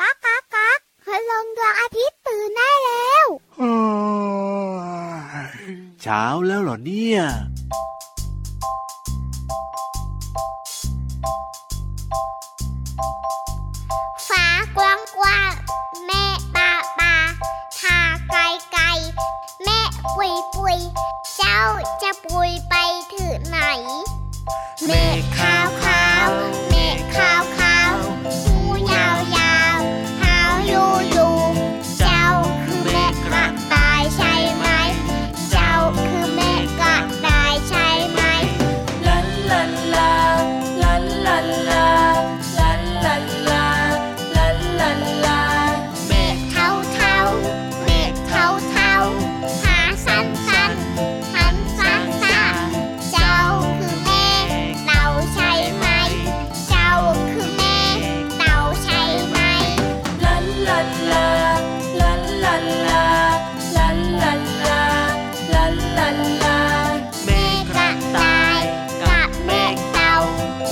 ก๊ากก๊ากก๊ากคืนลงดวงอาทิตย์ตื่นได้แล้ว เช้าแล้วเหรอเนี่ย ฟ้ากว้างกว้างแม่ปลาปลาทาไกลไกลแม่ปุยปุยเจ้าจะปุยไปถึงไหน เมฆขาวขาว เมฆขาวขาวหูยาวยาวเท้ายูยูเจ้าคือแม่กระต่ายใช่ไหม เจ้าคือแม่กระต่ายใช่ไหม ลันลันลาลันลันลาลันลันลาลันลันลา เมฆเทาเทาเมฆเทาเทาหาสั้นสั้นหันสั้นสั้นเจ้าคือเมฆเต่าใช่ไหม เจ้าคือเมฆเต่าใช่ไหม ลันลันลาลันลันลาลันลันลาลันลันลา เมฆกระต่ายกับเมฆเต่า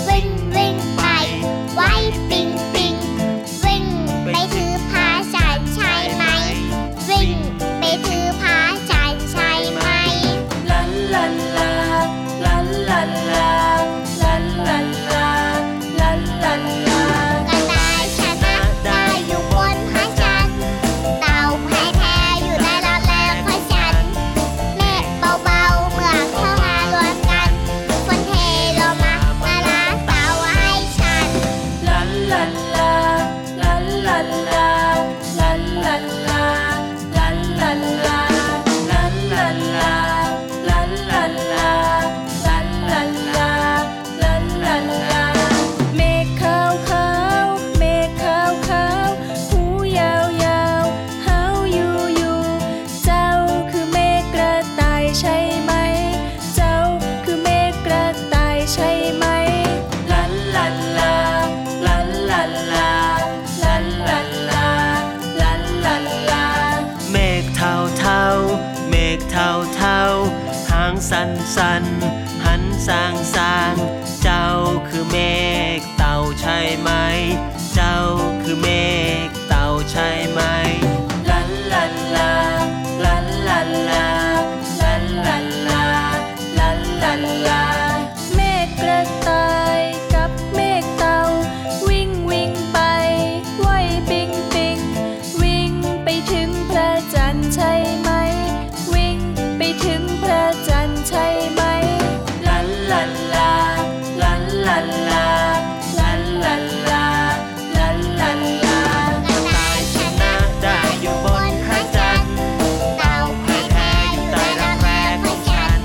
วิ่งวิ่งไปไว้ปิงปิงวิ่งไปถือพาฉันใช่ไหม วิ่งไปถือพาฉันใช่ไหม ลันลันลาลันลันลาลันลันลาลันลันลา กระต่ายชนะได้อยู่บนพระจันทร์เต่าแพ้แท้อยู่ได้รอดแล้วพระจันทร์เมฆเบาๆเมื่อเข้ามารวมกันฝนเทลงมามาล้างเต่าให้ฉัน ลันลันลาลันลันลาลันลันลาลันลันลาลันลันลาลันลันลาลันลันลาลันลันลาเมฆขาวขาวเมฆขาวขาวหูยาวยาวเฮาอยู่อยู่เจ้าคือเมฆกระต่ายใช่ไหม เจ้าคือเมฆกระต่ายใช่ไหม ลันลันลา ลันลันลา ลันลันลา ลันลันลา เมฆเทาเทาเมฆเทาเทาหางสันสันหันสางสางเจ้าคือเมฆเต่าใช่ไหม เจ้าคือเมฆเต่าใช่ไหม ลันลันลา ลันลันลา ลันลันลา ลันลันลา เมฆกระต่ายกับเมฆเต่าวิ่งวิ่งไปไหวปิงปิงวิ่งไปถึงพระจันทร์ใช่ไหม วิ่งไปถึงพระจันทร์ใช่ไหม ลันลันลา ลันลันลา ลันลันลา ลันลันลา กระต่ายชนะได้อยู่บนพระจันทร์เต่าแพ้แท้อยู่ใต้รักแร้ของฉัน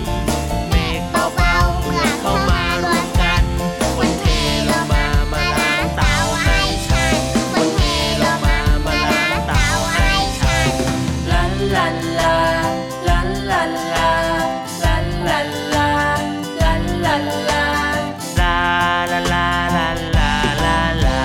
เมฆเบาๆเมื่อเข้ามารวมกันฝนเทลงมามาล้างเต่าให้ฉันฝนเทลงมามาล้างเต่าให้ฉัน ลันลันลา ลันลันลา ลันลันลา ลันลันลา ลาลาลาลาลาลาลา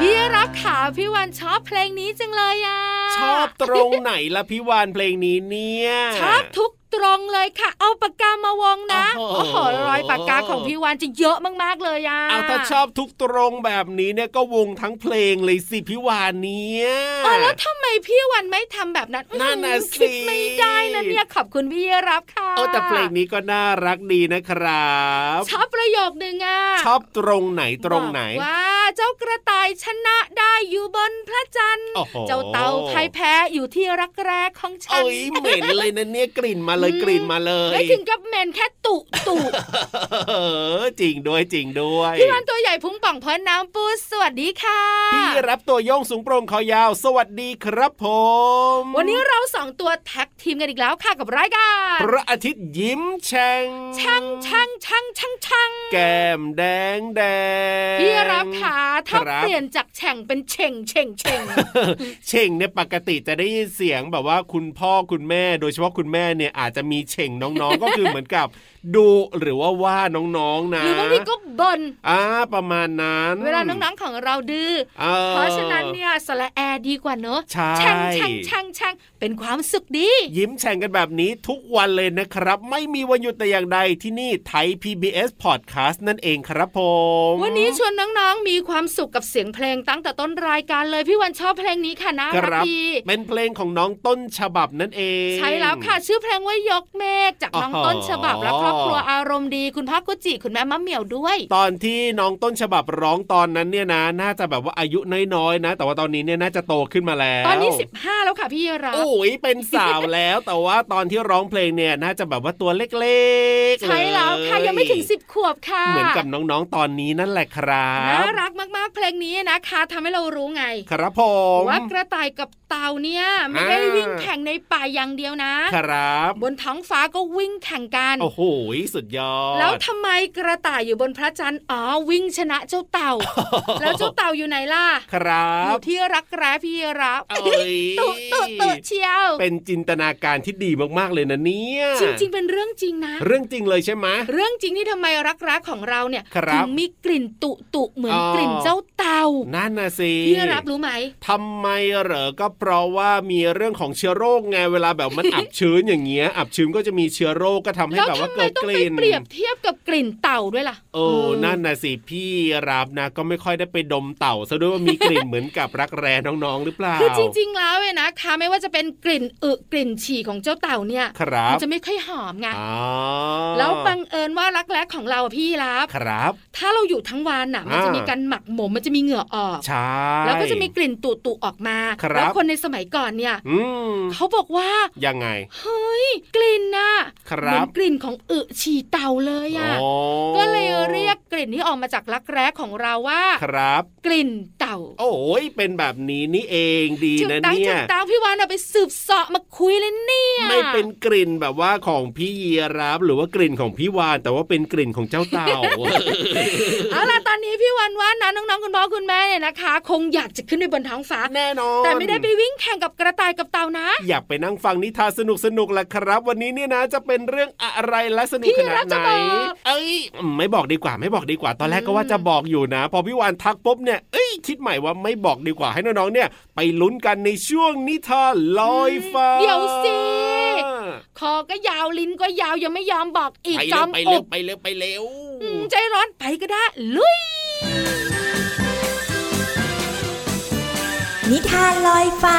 พี่รักขาพี่วันชอบเพลงนี้จังเลยอ่ะ ชอบตรงไหนล่ะพี่วานเพลงนี้เนี่ย ชอบทุกตรงเลยค่ะ เอาปากกามาวงนะ โอ้โห โอ้โหรอยปากกาของพี่วันจะเยอะมากๆเลยอ่ะ เอาถ้าชอบทุกตรงแบบนี้เนี่ยก็วงทั้งเพลงเลยสิพี่วานเนี่ย เออแล้วทำไมพี่วันไม่ทำแบบนั้น นั่นน่ะ อืมคิด สิ ไม่ได้นะเนี่ยขอบคุณพี่รับค่ะ เออแต่เพลงนี้ก็น่ารักดีนะครับ ชอบประโยคนึงอ่ะ ชอบตรงไหนตรงไหน บอกว่าเจ้ากระต่ายชนะได้อยู่บนพระจันทร์ โอ้โห เจ้าเต่าพ่ายแพ้อยู่ที่รักแร้ของฉัน เอ้ยเหม็นเลยนะเนี่ยกลิ่นมาเลยกลิ่นมาเลย ไม่ถึงกับเหมนแค่ตุตุ เออจริงด้วยจริงด้วย พี่วันตัวใหญ่พุงป่องพอน้ำปูสวัสดีค่ะ พี่รับตัวโยงสูงโปร่งคอยาว สวัสดีครับผม วันนี้เราสองตัวแท็กทีมกันอีกแล้วค่ะกับรายการ พระอาทิตย์ยิ้มแฉ่ง ช่างช่างช่างช่างช่าง แก้มแดงแดง พี่รับค่ะถ้า ครับ เปลี่ยนจากแฉ่งเป็นเฉ่งเฉ่งเฉ่ง เช่งเนี่ยปกติจะได้ยินเสียงแบบว่าคุณพ่อคุณแม่ โดยเฉพาะคุณแม่เนี่ยอาจ จะมีเฉ่งน้องๆ ก็คือเหมือนกับดูหรือว่าว่าน้องๆนะ หรือบางทีก็บ่น อ่าประมาณนั้น เวลาน้องๆของเราดื้อ เออ เพราะฉะนั้นเนี่ยสละแอดีกว่าเนอะ ใช่ แช่งแช่งแช่งแช่งเป็นความสุขดี ยิ้มแฉ่งกันแบบนี้ทุกวันเลยนะครับ ไม่มีวันหยุดแต่อย่างใดที่นี่ไทย PBS Podcast นั่นเองครับผม วันนี้ชวนน้องๆ มีความสุขกับเสียงเพลงตั้งแต่ต้นรายการเลย พี่วันชอบเพลงนี้ค่ะน่า ค รัก รับ ดี เป็นเพลงของน้องต้นฉบับนั่นเอง ใช่แล้วค่ะ ชื่อเพลงว่ายกเมฆจากน้อง อ๋อ ต้นฉบับและครอบครัวอารมณ์ดี คุณพ่อกุจิคุณแม่มะเหมี่ยวด้วย ตอนที่น้องต้นฉบับร้องตอนนั้นเนี่ยนะ น่าจะแบบว่าอายุน้อยๆนะ แต่ว่าตอนนี้เนี่ยน่าจะโตขึ้นมาแล้ว ตอนนี้ 15 แล้วค่ะพี่รับ โอ้ยเป็นสาวแล้ว แต่ว่าตอนที่ร้องเพลงเนี่ยน่าจะแบบว่าตัวเล็กๆ ใช่แล้วค่ะ เ ยังไม่ถึง 10 ขวบค่ะ เหมือนกับน้องๆตอนนี้นั่นแหละครั น่า บ รักมากๆ เพลงนี้นะคะทำให้เรารู้ไง ครับผม ว่ากระต่ายกับเต่าเนี่ยไม่ได้วิ่งแข่งในป่าอย่างเดียวนะ ครับ บนท้องฟ้าก็วิ่งแข่งกัน โอ้โห สุดยอด แล้วทำไมกระต่ายอยู่บนพระจันทร์อ๋อวิ่งชนะเจ้าเต่า แล้วเจ้าเต่าอยู่ไหนล่ะ ครั อบ ยู่ที่รักแร้พี่รับ เอ้ย ตุตุตุเชียว เป็นจินตนาการที่ดีมากๆเลยนะเนี่ย จริงๆเป็นเรื่องจริงนะ เรื่องจริงเลยใช่ไหม เรื่องจริงที่ทำไมรักแร้ของเราเนี่ย ครับ ถึงมีกลิ่นตุตุเหมือน อ๋อ กลิ่นเจ้าเต่า นั่นนะสิ พี่รับรู้ไหม ทำไมเหรอ ก็เพราะว่ามีเรื่องของเชื้อโรคไงเวลาแบบมัน อับชื้นอย่างเงี้ย อับชื้นก็จะมีเชื้อโรคก็ทำให้ แล้ว แบบ ทำ ว่า ไม เกิด ต้อง ก ไป ลิ่น เปรียบเทียบกับกลิ่นเต่าด้วยล่ะ โอ้ เ นั่นนะสิพี่รับนะ ก็ไม่ค่อยได้ไปดมเต่าซะด้วยว่ามีกลิ่นเหมือนกับรักแร้น้องๆหรือเปล่า คือจริงๆแล้วเนี่ยนะคะไม่ว่าจะเป็นกลิ่นอึกลิ่นฉี่ของเจ้าเต่าเนี่ย ครั มั บ จะไม่ค่อยหอมไง อ๋อ แล้วบังเอิญว่ารักแร้ของเราอะพี่รับ ครับ ถ้าเราอยู่ทั้งวันน่ะ อ่ามั มันจะมีการหมักหมม มันจะมีเหงื่อออก ใช่ แล้วก็จะมีกลิ่นตุตุออกมา ครับ แล้วคนในสมัยก่อนเนี่ย อืม เขาบอกว่า ยังไง เฮ้ย กลิ่นน่ะ คเหรับมือนกลิ่นของอึฉี่เต่าเลยอะ อ๋อ ก็เลยเรียกกลิ่นนี้ออกมาจากรักแร้ของเราว่า ครับ กลิ่นเต่า โอ้ยเป็นแบบนี้นี่เองดี ถูก นะ ต้อง เนี่ ถู ย กต้องพี่วานเอาไปสืบเสาะมาคุยเลยเนี่ย ไม่เป็นกลิ่นแบบว่าของพี่เยียรับหรือว่ากลิ่นของพี่วาน แต่ว่าเป็นกลิ่นของเจ้าเต่า เอาล่ะตอนนี้พี่วานว่านะน้องๆคุณพ่อคุณแม่เนี่ยนะคะ คงอยากจะขึ้นไปบนท้องฟ้า แน่นอน แต่ไม่ได้ไปวิ่งแข่งกับกระต่ายกับเต่านะ อยากไปนั่งฟังนิทานสนุกๆล่ะครับ วันนี้เนี่ยนะจะเป็นเรื่องอะไรและสนุก พี่ ขนา รั ด ก ไหน จะบอก เอ้ยไม่บอกดีกว่าไม่บอกดีกว่า ตอนแรกก็ว่า อืม จะบอกอยู่นะ พอพี่วานทักปุ๊บเนี่ยเอ้ยคิดใหม่ว่าไม่บอกดีกว่าให้น้องๆเนี่ย ไปลุ้นกันในช่วงนิทานลอยฟ้า เดี๋ยวสิ คอก็ยาวลิ้นก็ยาวยังไม่ยอมบอกอีกจอมอก วไปเร็ว อืมใจร้อนไปก็ได้ ลุย นิทานลอยฟ้า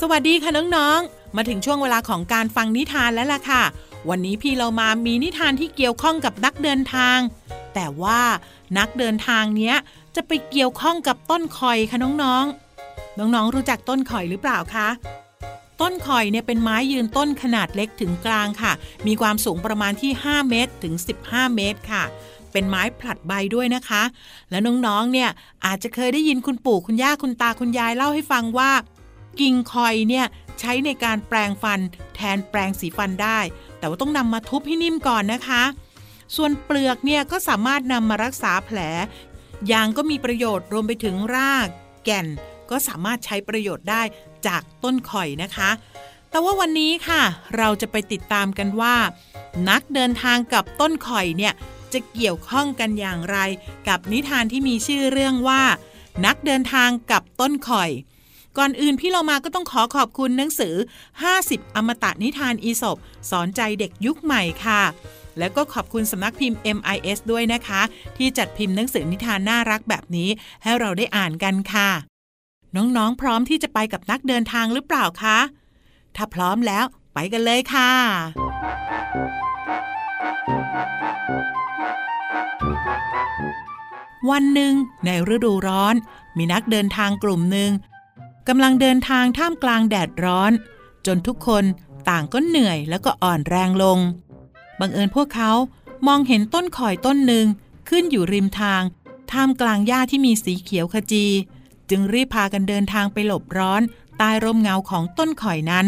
สวัสดีค่ะน้องๆ มาถึงช่วงเวลาของการฟังนิทานแล้วล่ะค่ะ วันนี้พี่เรามามีนิทานที่เกี่ยวข้องกับนักเดินทาง แต่ว่านักเดินทางเนี้ยจะไปเกี่ยวข้องกับต้นคอยค่ะน้องๆ น้องๆ รู้จักต้นคอยหรือเปล่าคะ ต้นคอยเนี่ยเป็นไม้ยืนต้นขนาดเล็กถึงกลางค่ะ มีความสูงประมาณที่ 5 เมตรถึง 15 เมตรค่ะ เป็นไม้ผลัดใบด้วยนะคะ แล้วน้องๆ เนี่ยอาจจะเคยได้ยินคุณปู่คุณย่าคุณตาคุณยายเล่าให้ฟังว่า กิ่งคอยเนี่ยใช้ในการแปรงฟันแทนแปรงสีฟันได้ แต่ว่าต้องนำมาทุบให้นิ่มก่อนนะคะ ส่วนเปลือกเนี่ยก็สามารถนำมารักษาแผล ยางก็มีประโยชน์รวมไปถึงราก แก่น ก็สามารถใช้ประโยชน์ได้จากต้นข่อยนะคะ แต่ว่าวันนี้ค่ะ เราจะไปติดตามกันว่า นักเดินทางกับต้นข่อยเนี่ยจะเกี่ยวข้องกันอย่างไร กับนิทานที่มีชื่อเรื่องว่า นักเดินทางกับต้นข่อย ก่อนอื่นพี่เรามาก็ต้องขอขอบคุณหนังสือ 50 อมตะนิทานอีสบสอนใจเด็กยุคใหม่ค่ะ แล้วก็ขอบคุณสำนักพิมพ์ MIS ด้วยนะคะ ที่จัดพิมพ์หนังสือนิทานน่ารักแบบนี้ ให้เราได้อ่านกันค่ะ น้องๆ พร้อมที่จะไปกับนักเดินทางหรือเปล่าคะ ถ้าพร้อมแล้วไปกันเลยค่ะ วันหนึ่งในฤดูร้อน มีนักเดินทางกลุ่มหนึ่ง กำลังเดินทางท่ามกลางแดดร้อน จนทุกคนต่างก็เหนื่อยแล้วก็อ่อนแรงลง บังเอิญพวกเขามองเห็นต้นข่อยต้นหนึ่งขึ้นอยู่ริมทาง ท่ามกลางหญ้าที่มีสีเขียวขจี จึงรีบพากันเดินทางไปหลบร้อนใต้ร่มเงาของต้นข่อยนั้น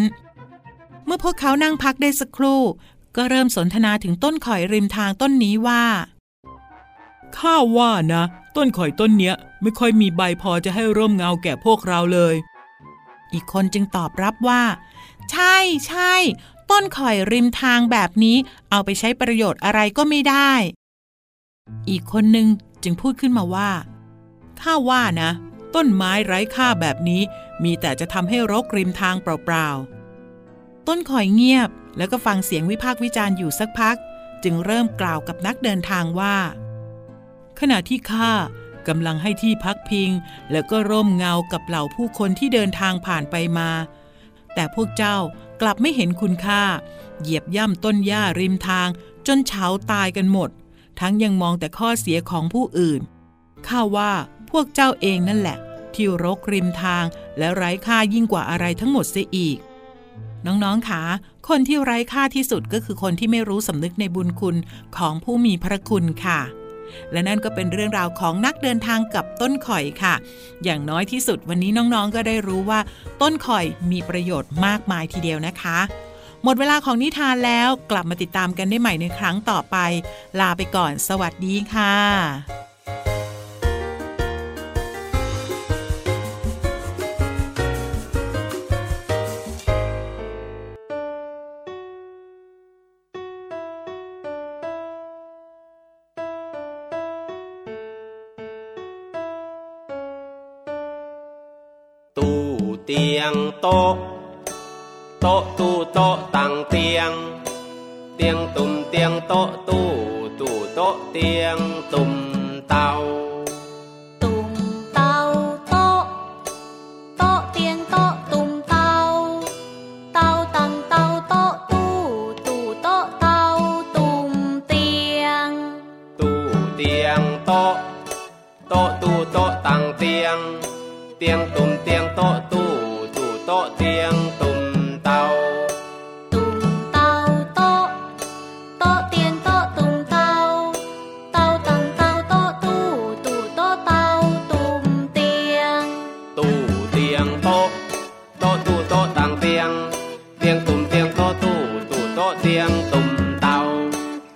เมื่อพวกเขานั่งพักได้สักครู่ ก็เริ่มสนทนาถึงต้นข่อยริมทางต้นนี้ว่า ข้าว่านะ ต้นข่อยต้นเนี้ยไม่ค่อยมีใบพอจะให้ร่มเงาแก่พวกเราเลย อีกคนจึงตอบรับว่า ใช่ใช่ต้นข่อยริมทางแบบนี้ เอาไปใช้ประโยชน์อะไรก็ไม่ได้ อีกคนหนึ่งจึงพูดขึ้นมาว่า ข้าว่านะ ต้นไม้ไร้ค่าแบบนี้ มีแต่จะทำให้รกริมทางเปล่าๆ ต้นข่อยเงียบ แล้วก็ฟังเสียงวิพากษ์วิจารณ์อยู่สักพัก จึงเริ่มกล่าวกับนักเดินทางว่า ขณะที่ข้ากำลังให้ที่พักพิง แล้วก็ร่มเงากับเหล่าผู้คนที่เดินทางผ่านไปมา แต่พวกเจ้ากลับไม่เห็นคุณค่า เหยียบย่ำต้นหญ้าริมทาง จนเฉาตายกันหมด ทั้งยังมองแต่ข้อเสียของผู้อื่น ข้าว่าพวกเจ้าเองนั่นแหละ ที่รกริมทางและไร้ค่ายิ่งกว่าอะไรทั้งหมดเสียอีก น้องๆคะคนที่ไร้ค่าที่สุดก็คือคนที่ไม่รู้สำนึกในบุญคุณของผู้มีพระคุณค่ะ และนั่นก็เป็นเรื่องราวของนักเดินทางกับต้นข่อยค่ะ อย่างน้อยที่สุดวันนี้น้องๆ ก็ได้รู้ว่า ต้นข่อยมีประโยชน์มากมายทีเดียวนะคะ หมดเวลาของนิทานแล้วกลับมาติดตามกันได้ใหม่ในครั้งต่อไป ลาไปก่อน สวัสดีค่ะ ตู้เตียงโต๊ะ โต๊ะตู้โต๊ะตังเตียง เตียงตุ่มเตียงโต๊ะตู้ตู้โต๊ะเตียงตุ่มเตา ตุ่มเตาโต๊ะ โต๊ะเตียงโต๊ะตุ่มเตา เตาตังเตาโต๊ะตู้ตู้โต๊ะเตาตุ่มเตียง ตู้เตียงโต๊ะ โต๊ะตู้โต๊ะตังเตียง เตียงตุ่มเตียงโต๊ะตู้ตู้โต๊ะเตียงตุ่มเตา ตุ่มเตาโต๊ะ โต๊ะเตียงโต๊ะตุ่มเตา เตาตังเตาโต๊ะตู้ตู้โต๊ะเตาตุ่มเตียง ตู้เตียงโต๊ะ โต๊ะตู้โต๊ะต่างเตียง เตียงตุ่มเตียงโต๊ะตู้ตู้โต๊ะเตียงตุ่มเตา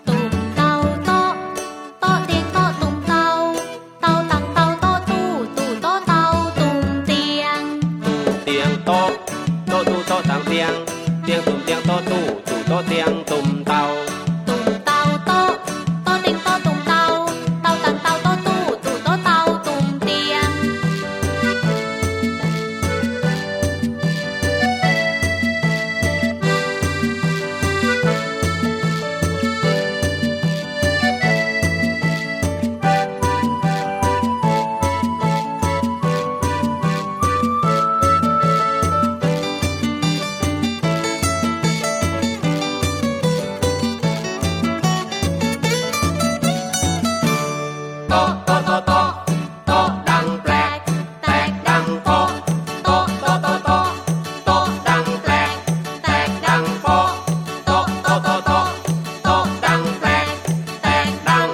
ตุ่มเตาโต๊ะ โต๊ะเตียงโต๊ะตุ่มเตา เตาตังเตาโต๊ะตู้ตู้โต๊ะเตาตุ่มเตียง ตู้เตียงโต๊ะ โต๊ะตู้โต๊ะต่างเตียง เตียงตุ่มเตียงโต๊ะตู้ตู้โต๊ะเตียงตุ่มเตา ตุ่มเตาโต๊ะ โต๊ะเตียงโต๊ะตุ่มเตา เตาตังเตาโต๊ะตู้ตู้โต๊ะเตาตุ่มเตียง โต๊ะโต๊ะโต๊ะโต๊ะโต๊ะดังแปลก แตกดังโป๊ะโต๊ะโต๊ะโต๊ะโต๊ะโต๊ะดังแปลก แตกดังโป๊ะโต๊ะโต๊ะโต๊ะโต๊ะโต๊ะดังแปลก แตกดัง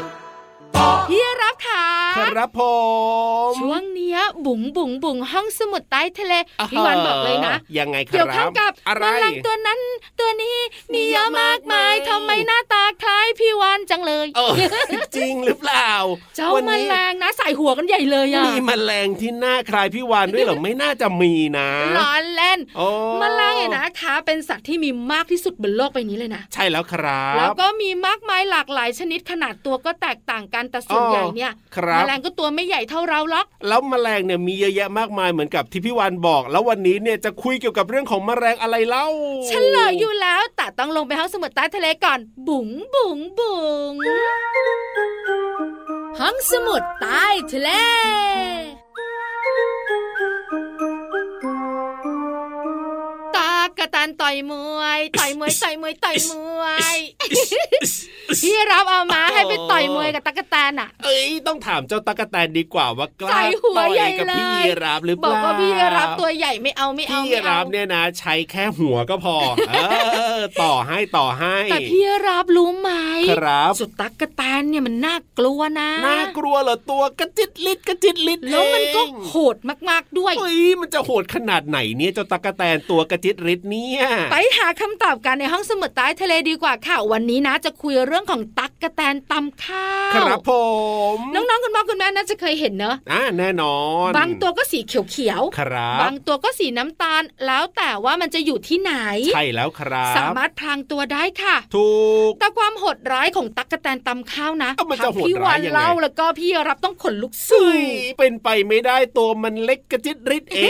โป๊ะ พี่รับค่ะ ครับผม ช่วงเนี้ยบุ๋งบุ๋งบุ๋งห้องสมุดใต้ทะเลพี่วานบอกเลยนะ ยังไงครับ เกี่ยวข้องกับ อะไร แมลงตัวนั้น ตัวนี้มีเยอะมากมายทำไมหน้าตาคล้ายพี่วานจังเลย เออ จริงหรือเปล่า เจ้า วัน แม นี้ ลงนะใส่หัวกันใหญ่เลยอ่ะ มีแมลงที่หน้าคล้ายพี่วาน ด้วยเหรอ ไม่น่าจะมีนะ ร้อนเล่น โอ้ แมลงเนี่ยนะคะ เป็นสัตว์ที่มีมากที่สุดบนโลกใบนี้เลยนะ ใช่แล้วครั แล้ว บ ก็มีมากมายหลากหลายชนิดขนาดตัวก็แตกต่างกันแต่ส่วน อ๋อ ใหญ่เนี่ย ครับ แมลงก็ตัวไม่ใหญ่เท่าเราหรอก แล้วแมลงเนี่ยมีเยอะแยะมากมายเหมือนกับที่พี่วานบอก แล้ววันนี้เนี่ยจะคุยเกี่ยวกับเรื่องของแมลงอะไรเล่า เฉลยอยู่แล้วแต่ต้องลงไปห้องสมุดใต้ทะเลก่อน บุ๋งบุ๋งบุ๋งห้องสมุดใต้ทะเล ตากระตันต่อยมวยต่อยมวยต่อยมวยต่อยมวยพี่รับเอามาให้ไปต่อยมวยกับตากระแตนอ่ะ เอ้ยต้องถามเจ้าตะกะแตนดีกว่าว่ากล้า ใส่หัว ต่อย ใหญ่ กับพี่ เลย ยีราฟหรือบเปล่า อกว่าพี่รับตัวใหญ่ไม่เอาไม่เอา พี่ยี ไม่ รา เอา ฟเนี่ยนะ ใช้แค่หัวก็พอ เอ อต่อให้ต่อให้ แต่พี่รับรู้ไหม ครับ สุดตักกะแตนเนี่ยมันน่ากลัวนะ น่ากลัวเหรอตัวกระจิตลิดกระจิตลิด แล้วมันก็ เอง โหดมากๆด้วย เฮ้ยมันจะโหดขนาดไหนเนี่ยเจ้าตะกะแตนตัวกระจิตลิดเนี่ย ไปหาคำตอบกันในห้องสมุดใต้ทะเลดีกว่าค่ะ วันนี้นะจะคุยเรื่องของตั๊ก กะแตนตำข้าว ครับผม น้องๆคุณพ่อคุณแม่น่าจะเคยเห็นเนอะ อ่าแน่นอน บางตัวก็สีเขียว ครับบๆางตัวก็สีน้ำตาล แล้วแต่ว่ามันจะอยู่ที่ไหน ใช่แล้วครับ สามารถพรางตัวได้ค่ะ ถูก แต่ความโหดร้ายของตั๊กแตนตำข้าวนะ เอ้ามันจะ ทั้งพี่ โหด วั ร้าย น ยังไง เล่าแล้วก็พี่รับต้องขนลุกสู้ เฮ้ยเป็นไปไม่ได้ตัวมันเล็กกระจิตริดเอ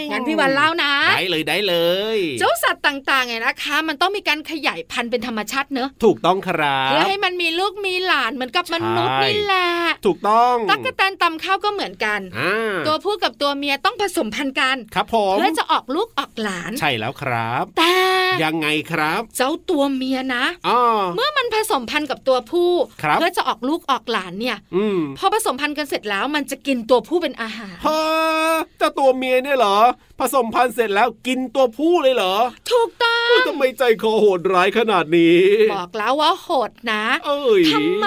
ง งั้นพี่วันเล่านะ ได้เลยได้เลย เจ้าสัตว์ต่างๆเนี่ยนะคะ มันต้องมีการขยายพันธุ์เป็นธรรมชาติเนอะ ถูกต้องครั เพื่อบ ให้มันมีลูกมีหลานเหมือนกับมนุษย์ ใช่ นี่แหละ ถูกต้อง ตั๊กแตนตำข้าวก็เหมือนกัน อ่า ตัวผู้กับตัวเมียต้องผสมพันธุ์กัน ครับผม เพื่อจะออกลูกออกหลาน ใช่แล้วครับ แต่ ยังไงครับ เจ้าตัวเมียนะ อ๋อ เมื่อมันผสมพันธุ์กับตัวผู้ ครับ เพื่อจะออกลูกออกหลานเนี่ย อืม พอผสมพันธุ์กันเสร็จแล้วมันจะกินตัวผู้เป็นอาหาร ฮะเจ้าตัวเมียเนี่ยเหรอ ผสมพันธุ์เสร็จแล้วกินตัวผู้เลยเหรอ ถูกต้อ เฮ้ย ง ทำไมใจคอโหดร้ายขนาดนี้ บอกแล้วว่าโหดนะ เอ้ย ทำไม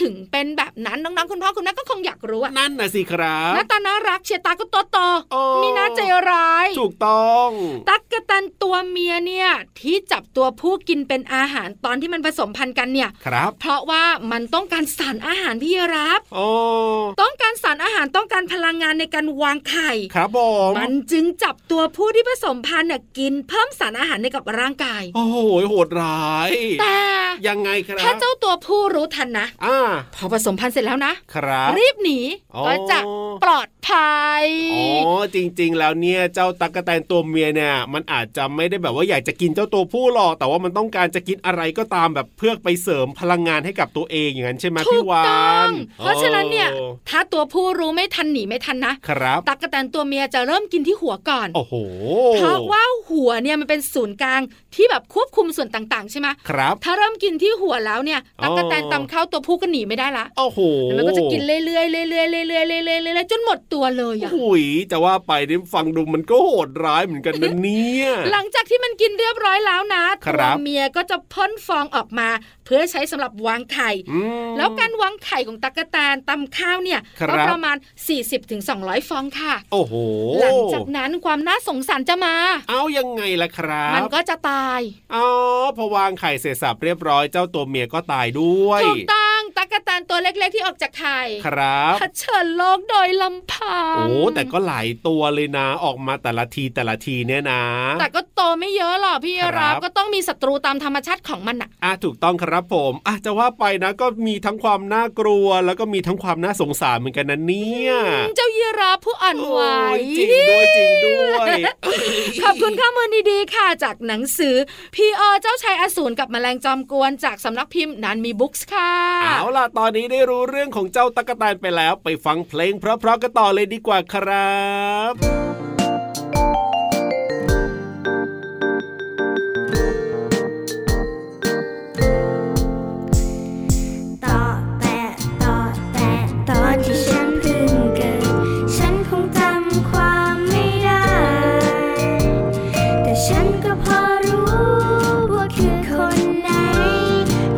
ถึงเป็นแบบนั้นน้องๆคุณพ่อคุณแม่ก็คงอยากรู้อะ นั่นนะสิครั ห บ น้าตาน่ารักเชียร์ตาก็โตโต โอ้ มีหน้าใจร้าย ถูกต้อง ตั๊กกะแตันตัวเมียเนี่ยที่จับตัวผู้กินเป็นอาหารตอนที่มันผสมพันธุ์กันเนี่ย ครับ เพราะว่ามันต้องการสารอาหารพี่รับ อ๋อ ต้องการสารอาหารต้องการพลังงานในการวางไข่ ครับผม มันจึงจับตัวผู้ที่ผสมพันธุ์น่ะกินเพิ่มสารอาหารในกับร่างกาย โอ้โหโหดร้าย แต่ ยังไงครับ ถ้าเจ้าตัวผู้รู้ทันนะ อ่า พอผสมพันธุ์เสร็จแล้วนะ ครับ รีบหนี อ๋อ ก็จะปลอดภัย อ๋อจริงๆ แล้วเนี่ยเจ้าตั๊กแตนตัวเมียเนี่ย มันอาจจะไม่ได้แบบว่าอยากจะกินเจ้าตัวผู้หรอกแต่ว่ามันต้องการจะกินอะไรก็ตามแบบเพื่อไปเสริมพลังงานให้กับตัวเองอย่างนั้นใช่ไหม ถู พี่ ก วา ต้อง น เพราะฉะนั้นเนี่ย โอ้ ถ้าตัวผู้รู้ไม่ทันหนีไม่ทันนะครับ ตักกะแตนตัวเมียจะเริ่มกินที่หัวก่อน โอ้โห เพราะว่าหัวเนี่ยมันเป็นศูนย์กลางที่แบบควบคุมส่วนต่างๆ ใช่ไหม ครับ ถ้าเริ่มกินที่หัวแล้วเนี่ย อ๋อ ตักกะแตนตำเข้าตัวผู้ก็หนีไม่ได้ละ โอ้โห แล้วมันก็จะกินเรื่อยๆเรื่อยๆเรื่อยๆเรื่อยๆเรื่อยๆเรื่อยๆจนหมดตัวเลยอะ หุยแต่ว่าไปนี่ฟังดูมันก็โหดร้ายเหมือนกันนะเนี่ย หลังจากที่มันกินเรียบร้อยแล้วนะ ค ตั รั ว บ เมียก็จะพ่นฟองออกมา เพื่อใช้สำหรับวางไข่ อืม แล้วการวางไข่ของตั๊กกะแตนตำข้าวเนี่ย ครับ ก็ประมาณ 40-200 ฟองค่ะ โอ้โห หลังจากนั้นความน่าสงสารจะมา เอายังไงล่ะครับ มันก็จะตาย อ๋อพอวางไข่เสร็จสับเรียบร้อยเจ้าตัวเมียก็ตายด้วย ถูกต้องตั๊กกะแตนตัวเล็กๆที่ออกจากไข่ ครับ เผชิญโลกโดยลำพัง โอ้แต่ก็หลายตัวเลยนะออกมาแต่ละทีแต่ละทีเนี่ยนะ แต่ก็โตไม่เยอะหรอกพี่ ครัรับบก็ต้องมีศัตรูตามธรรมชาติของมันอะ อ่ะถูกต้องครับผมอ่ะจะว่าไปนะก็มีทั้งความน่ากลัว แล้วก็มีทั้งความน่าสงสารเหมือนกันนะเนี่ย เจ้ายีราฟผู้อ่อนไหว โอ้ยจริงด้วยจริงด้วย ขอบคุณข้อมูลดีๆค่ะ จากหนังสือพีอเจ้าชายอสูรกับแมลงจอมกวนจากสำนักพิมพ์นันมีบุ๊กส์ค่ะ เอาล่ะตอนนี้ได้รู้เรื่องของเจ้าตั๊กแตนไปแล้ว ไปฟังเพลงเพราะๆกันต่อเลยดีกว่าครับ ต่อแต่ต่อแต่ตอนที่ฉันเพิ่งเกิด ฉันคงจำความไม่ได้ แต่ฉันก็พอรู้ว่าคือคนไหน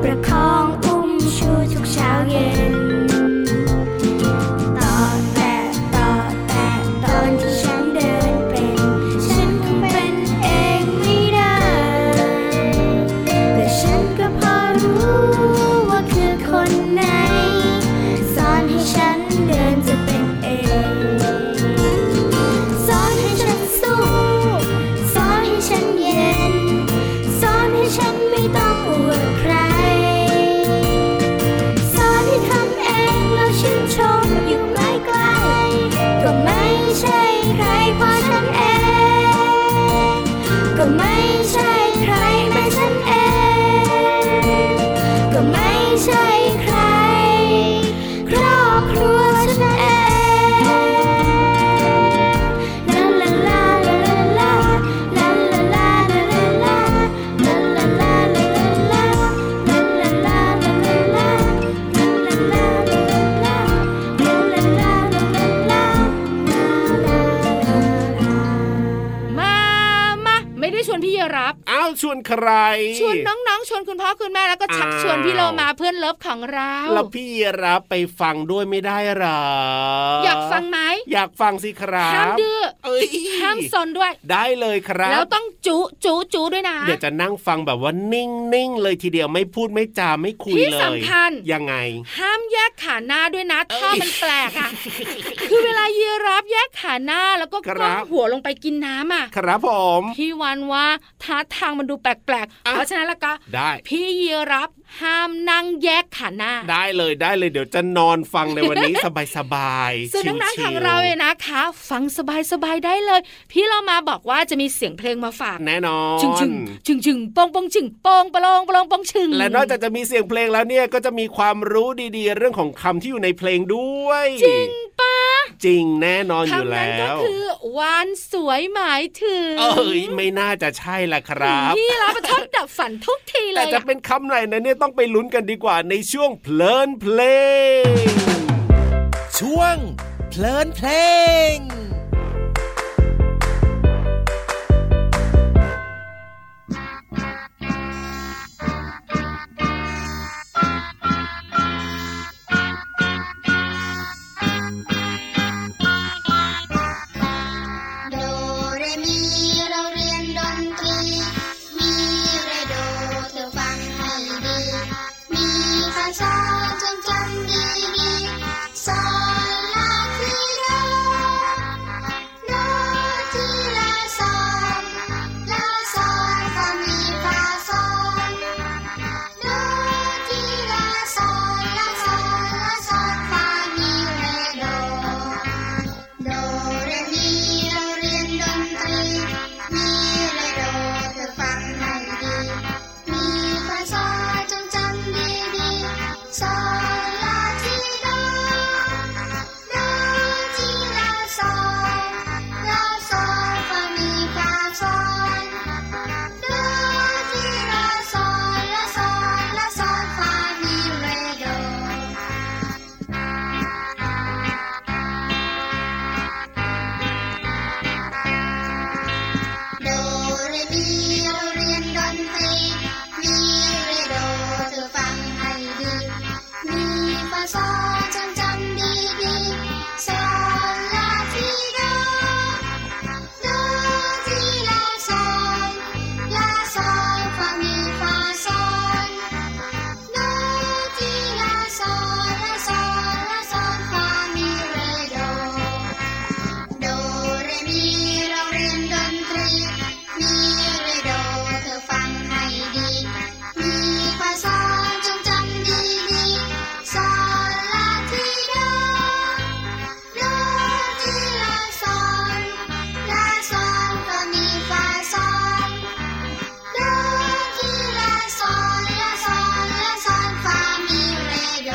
ประคองอุ้มชูทุกเช้าเย็น ต่อแต่ต่อแต่ตอนที่ฉันเดินเป็น ฉันคงเป็นเองไม่ได้ แต่ฉันก็พอรู้ว่าคือคนไหนสอนให้ฉันเดินจะเป็นเองสอนให้ฉันสู้สอนให้ฉันเย็นสอนให้ฉันไม่ต้องอวดใคร สอนให้ทำเองแล้วชื่นชมอยู่ไกลๆก็ไม่ใช่ใครเพราะฉันเอง ก็ไม่ใช่ใครแม้ฉันเอง ก็ไม่ใช่ใคร ครอบครัวฉันเองลาลาลาลาลาลาลาลาลาลาลาลาลาลา รับ อ้าวชวนใคร ชวนน้องๆ ชวนคุณพ่อคุณแม่แล้วก็ชักชวนพี่โลมาเพื่อนเลิฟของเรา แล้วพี่รับไปฟังด้วยไม่ได้หรออยอากฟังไหม อยากฟังสิครับ ห้ามดื้อ เอ้ย ห้ามซนด้วย ได้เลยครับ แล้วต้องจุจุจุด้วยนะ เดี๋ยวจะนั่งฟังแบบว่านิ่งๆเลยทีเดียวไม่พูดไม่จาไม่คุย ที่ เลย สำคัญ ยังไง ห้ามแยกขาหน้าด้วยนะ เอ้ย ถ้ามันแปลกอ่ะ คือเวลายีรับแยกขาหน้าแล้วก็ ครั ก้ บ มหัวลงไปกินน้ำอ่ะ ครับผม พี่วันว่าท่าทางมันดูแปลกๆ อ่ะ เพราะฉะนั้นแล้วก็ ได้ พี่ยีรับห้ามนั่งแยกขาหน้า ได้เลยได้เลยเดี๋ยวจะนอนฟังในวันนี้ สบายสบายๆ ส่วนน้องๆขชิวๆองเราเนี่ยนะคะ ฟังสบายๆได้เลย พี่เรามาบอกว่าจะมีเสียงเพลงมาฝาก แน่นอน ชึงชึงชึงชึงปองปองชึงปองปะโลงปะโลงปองชึง และนอกจากจะมีเสียงเพลงแล้วเนี่ยก็จะมีความรู้ดีๆ เรื่องของคำที่อยู่ในเพลงด้วย จริงปะ จริงแน่นอนอยู่ คำ แล้ นั้นก็ ว คือวานสวยหมายถึง เอ้ยไม่น่าจะใช่ละครับ พี่รับชอบดับฝันทุกทีเล แต่ ย จะ อะ เป็นคำไหนนะเนี่ยต้องไปลุ้นกันดีกว่าในช่วงเพลินเพลง ช่วงเพลินเพลง โดเรมีเราเรียนดนตรี มีเรโดเธอฟังให้ดี มีภาษาจงจำดีดีๆสอนลาทีละโดทีละสอนลาสอนก็มีภาษาโดทีละสอนลาสอนลาสอนฟามีเรโด โดเรมีเราเรียนดนตรี มีเรโดเธอฟังให้ดี มีภาษาจงจำดีดีๆสอนลาทีโดโดทีลาสอนลาสอนฟามีฟาซอนโดทีลาสอนลาสอนลาสอนฟามีเรโด โดเรมีเราเรียนดนตรี มีเรโดเธอฟังให้ดี มีภาษาจงจำดีดีๆสอนลาทีโดโดทีลาสอนลาสอนฟามีฟาซอนโดทีลาสอนลาสอนลาสอนฟามีเรโด โดเรมีเราเรียนดนตรี มีเรโดเธอฟังให้ดี มีภาษาจงจำดีดีๆสอนลาทีโดโดทีลาสอนลาสอนก็มีฟาซอนโดทีลาสอนลาสอนลาสอนฟามีเรโด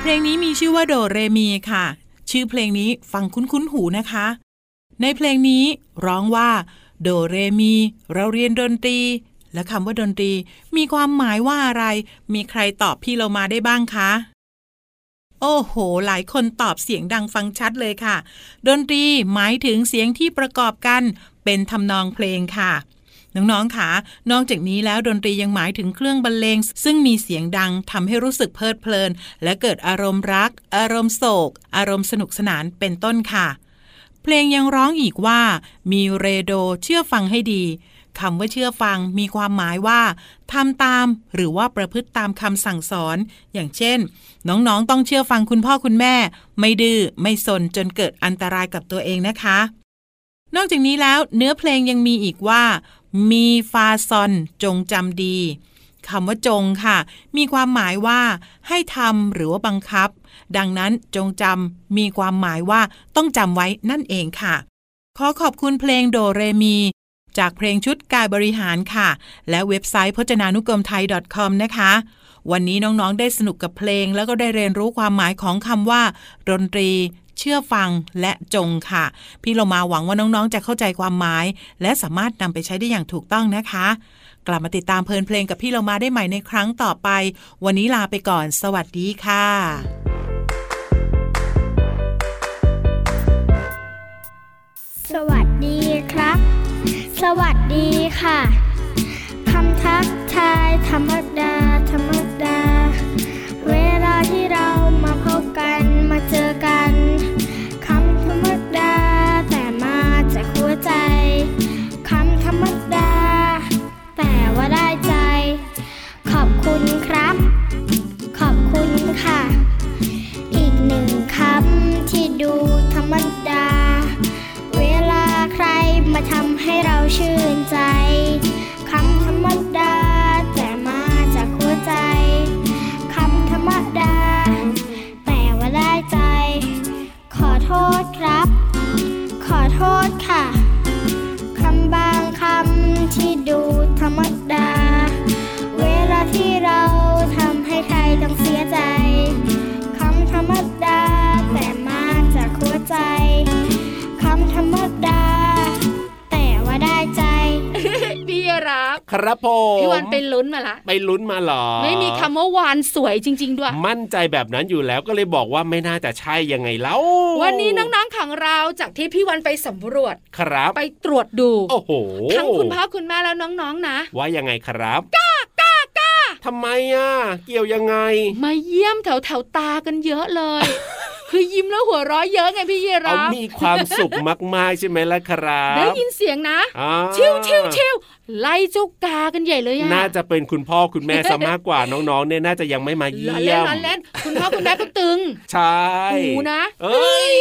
เพลงนี้มีชื่อว่าโดเรมีค่ะ ชื่อเพลงนี้ฟังคุ้นๆหูนะคะ ในเพลงนี้ร้องว่า โดเรมี เราเรียนดนตรี และคำว่าดนตรี มีความหมายว่าอะไร มีใครตอบพี่เรามาได้บ้างคะ โอ้โห หลายคนตอบเสียงดังฟังชัดเลยค่ะ ดนตรีหมายถึงเสียงที่ประกอบกัน เป็นทำนองเพลงค่ะ น้องๆค่ะ นอกจากนี้แล้วดนตรียังหมายถึงเครื่องบรรเลง ซึ่งมีเสียงดังทำให้รู้สึกเพลิดเพลิน และเกิดอารมณ์รัก อารมณ์โศก อารมณ์สนุกสนานเป็นต้นค่ะ เพลงยังร้องอีกว่า มีเรโดเชื่อฟังให้ดีคำว่าเชื่อฟังมีความหมายว่าทำตาม หรือว่าประพฤติตามคำสั่งสอน อย่างเช่น น้องๆต้องเชื่อฟังคุณพ่อคุณแม่ ไม่ดื้อไม่สนจนเกิดอันตรายกับตัวเองนะคะ นอกจากนี้แล้วเนื้อเพลงยังมีอีกว่า มีฟาซอนจงจำดีคำว่าจงค่ะ มีความหมายว่า ให้ทำหรือว่าบังคับ ดังนั้นจงจำมีความหมายว่าต้องจำไว้นั่นเองค่ะ ขอขอบคุณเพลงโดเรมี จากเพลงชุดกายบริหารค่ะ และเว็บไซต์พจนานุกรมไทย .com นะคะ วันนี้น้องๆได้สนุกกับเพลง แล้วก็ได้เรียนรู้ความหมายของคำว่า ดนตรี เชื่อฟังและจงค่ะ พี่เรามาหวังว่าน้องๆ จะเข้าใจความหมาย และสามารถนำไปใช้ได้อย่างถูกต้องนะคะ กลับมาติดตามเพลินเพลงกับพี่เรามาได้ใหม่ในครั้งต่อไป วันนี้ลาไปก่อน สวัสดีค่ะ สวัสดีครับ สวัสดีค่ะ คำทักทายธรรมดา ธรรมดา เวลาที่เรามาพบกันมาเจอกัน คำธรรมดา แต่มาจากหัวใจ คำธรรมดา แต่ว่าได้ใจ ขอบคุณครับ ขอบคุณค่ะ อีกหนึ่งคำที่ดูธรรมดา เวลาใครมาทำให้เราชื่นใจ คำธรรมดา แต่มาจากหัวใจ คำธรรมดา แต่ว่าได้ใจ ขอโทษครับ ขอโทษค่ะ คำบางคำที่ดูธรรมดา เวลาที่เราทำให้ใครต้องเสียใจ คำธรรมดา แต่มาจากหัวใจ คำธรรมดา แต่ว่าได้ใจ พี่รับ ครับผม พี่วันไปลุ้นมาละ ไปลุ้นมาเหรอ ไม่มีคำว่าวานสวยจริง ๆ ด้วย มั่นใจแบบนั้นอยู่แล้วก็เลยบอกว่าไม่น่าจะใช่ยังไงแล้ว วันนี้น้องๆของเราจากที่พี่วันไปสำรวจ ครับ ไปตรวจดู โอ้โห ทั้งคุณพ่อคุณแม่แล้วน้องๆนะ ว่ายังไงครับกล้ากล้ากล้าทำไมอ่ะเกี่ยวยังไง มาเยี่ยมแถวแถวๆตากันเยอะเลย คือยิ้มแล้วหัวเราะเยอะไงพี่ยี เอา รับ มีความสุขมากๆใช่ไหมล่ะครับ ได้ยินเสียงนะ อ่า ชิวชิวชิวไล่เจ้ากากันใหญ่เลยอะ น่าจะเป็นคุณพ่อคุณแม่ซะมากกว่าน้องๆเนี่ยน่าจะยังไม่มา ล้อ เยี่ เล่ ย น ม ล้อเล่นคุณพ่อคุณแม่ก็ตึง ใช่ หูนะ เอ้ย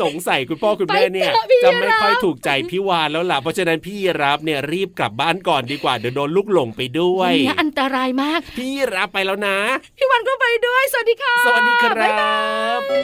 สงสัยคุณพ่อคุณแม่เนี่ย ไปเถอะพี่ จะไม่ค่อย รับ ถูกใจพี่วานแล้วล่ะเพราะฉะนั้นพี่รับเนี่ยรีบกลับบ้านก่อนดีกว่าเดี๋ยวโดนลูกหลงไปด้วย เนี่ยอันตรายมาก พี่รับไปแล้วนะ พี่วันก็ไปด้วย สวัสดีค่ะ สวัสดีครับ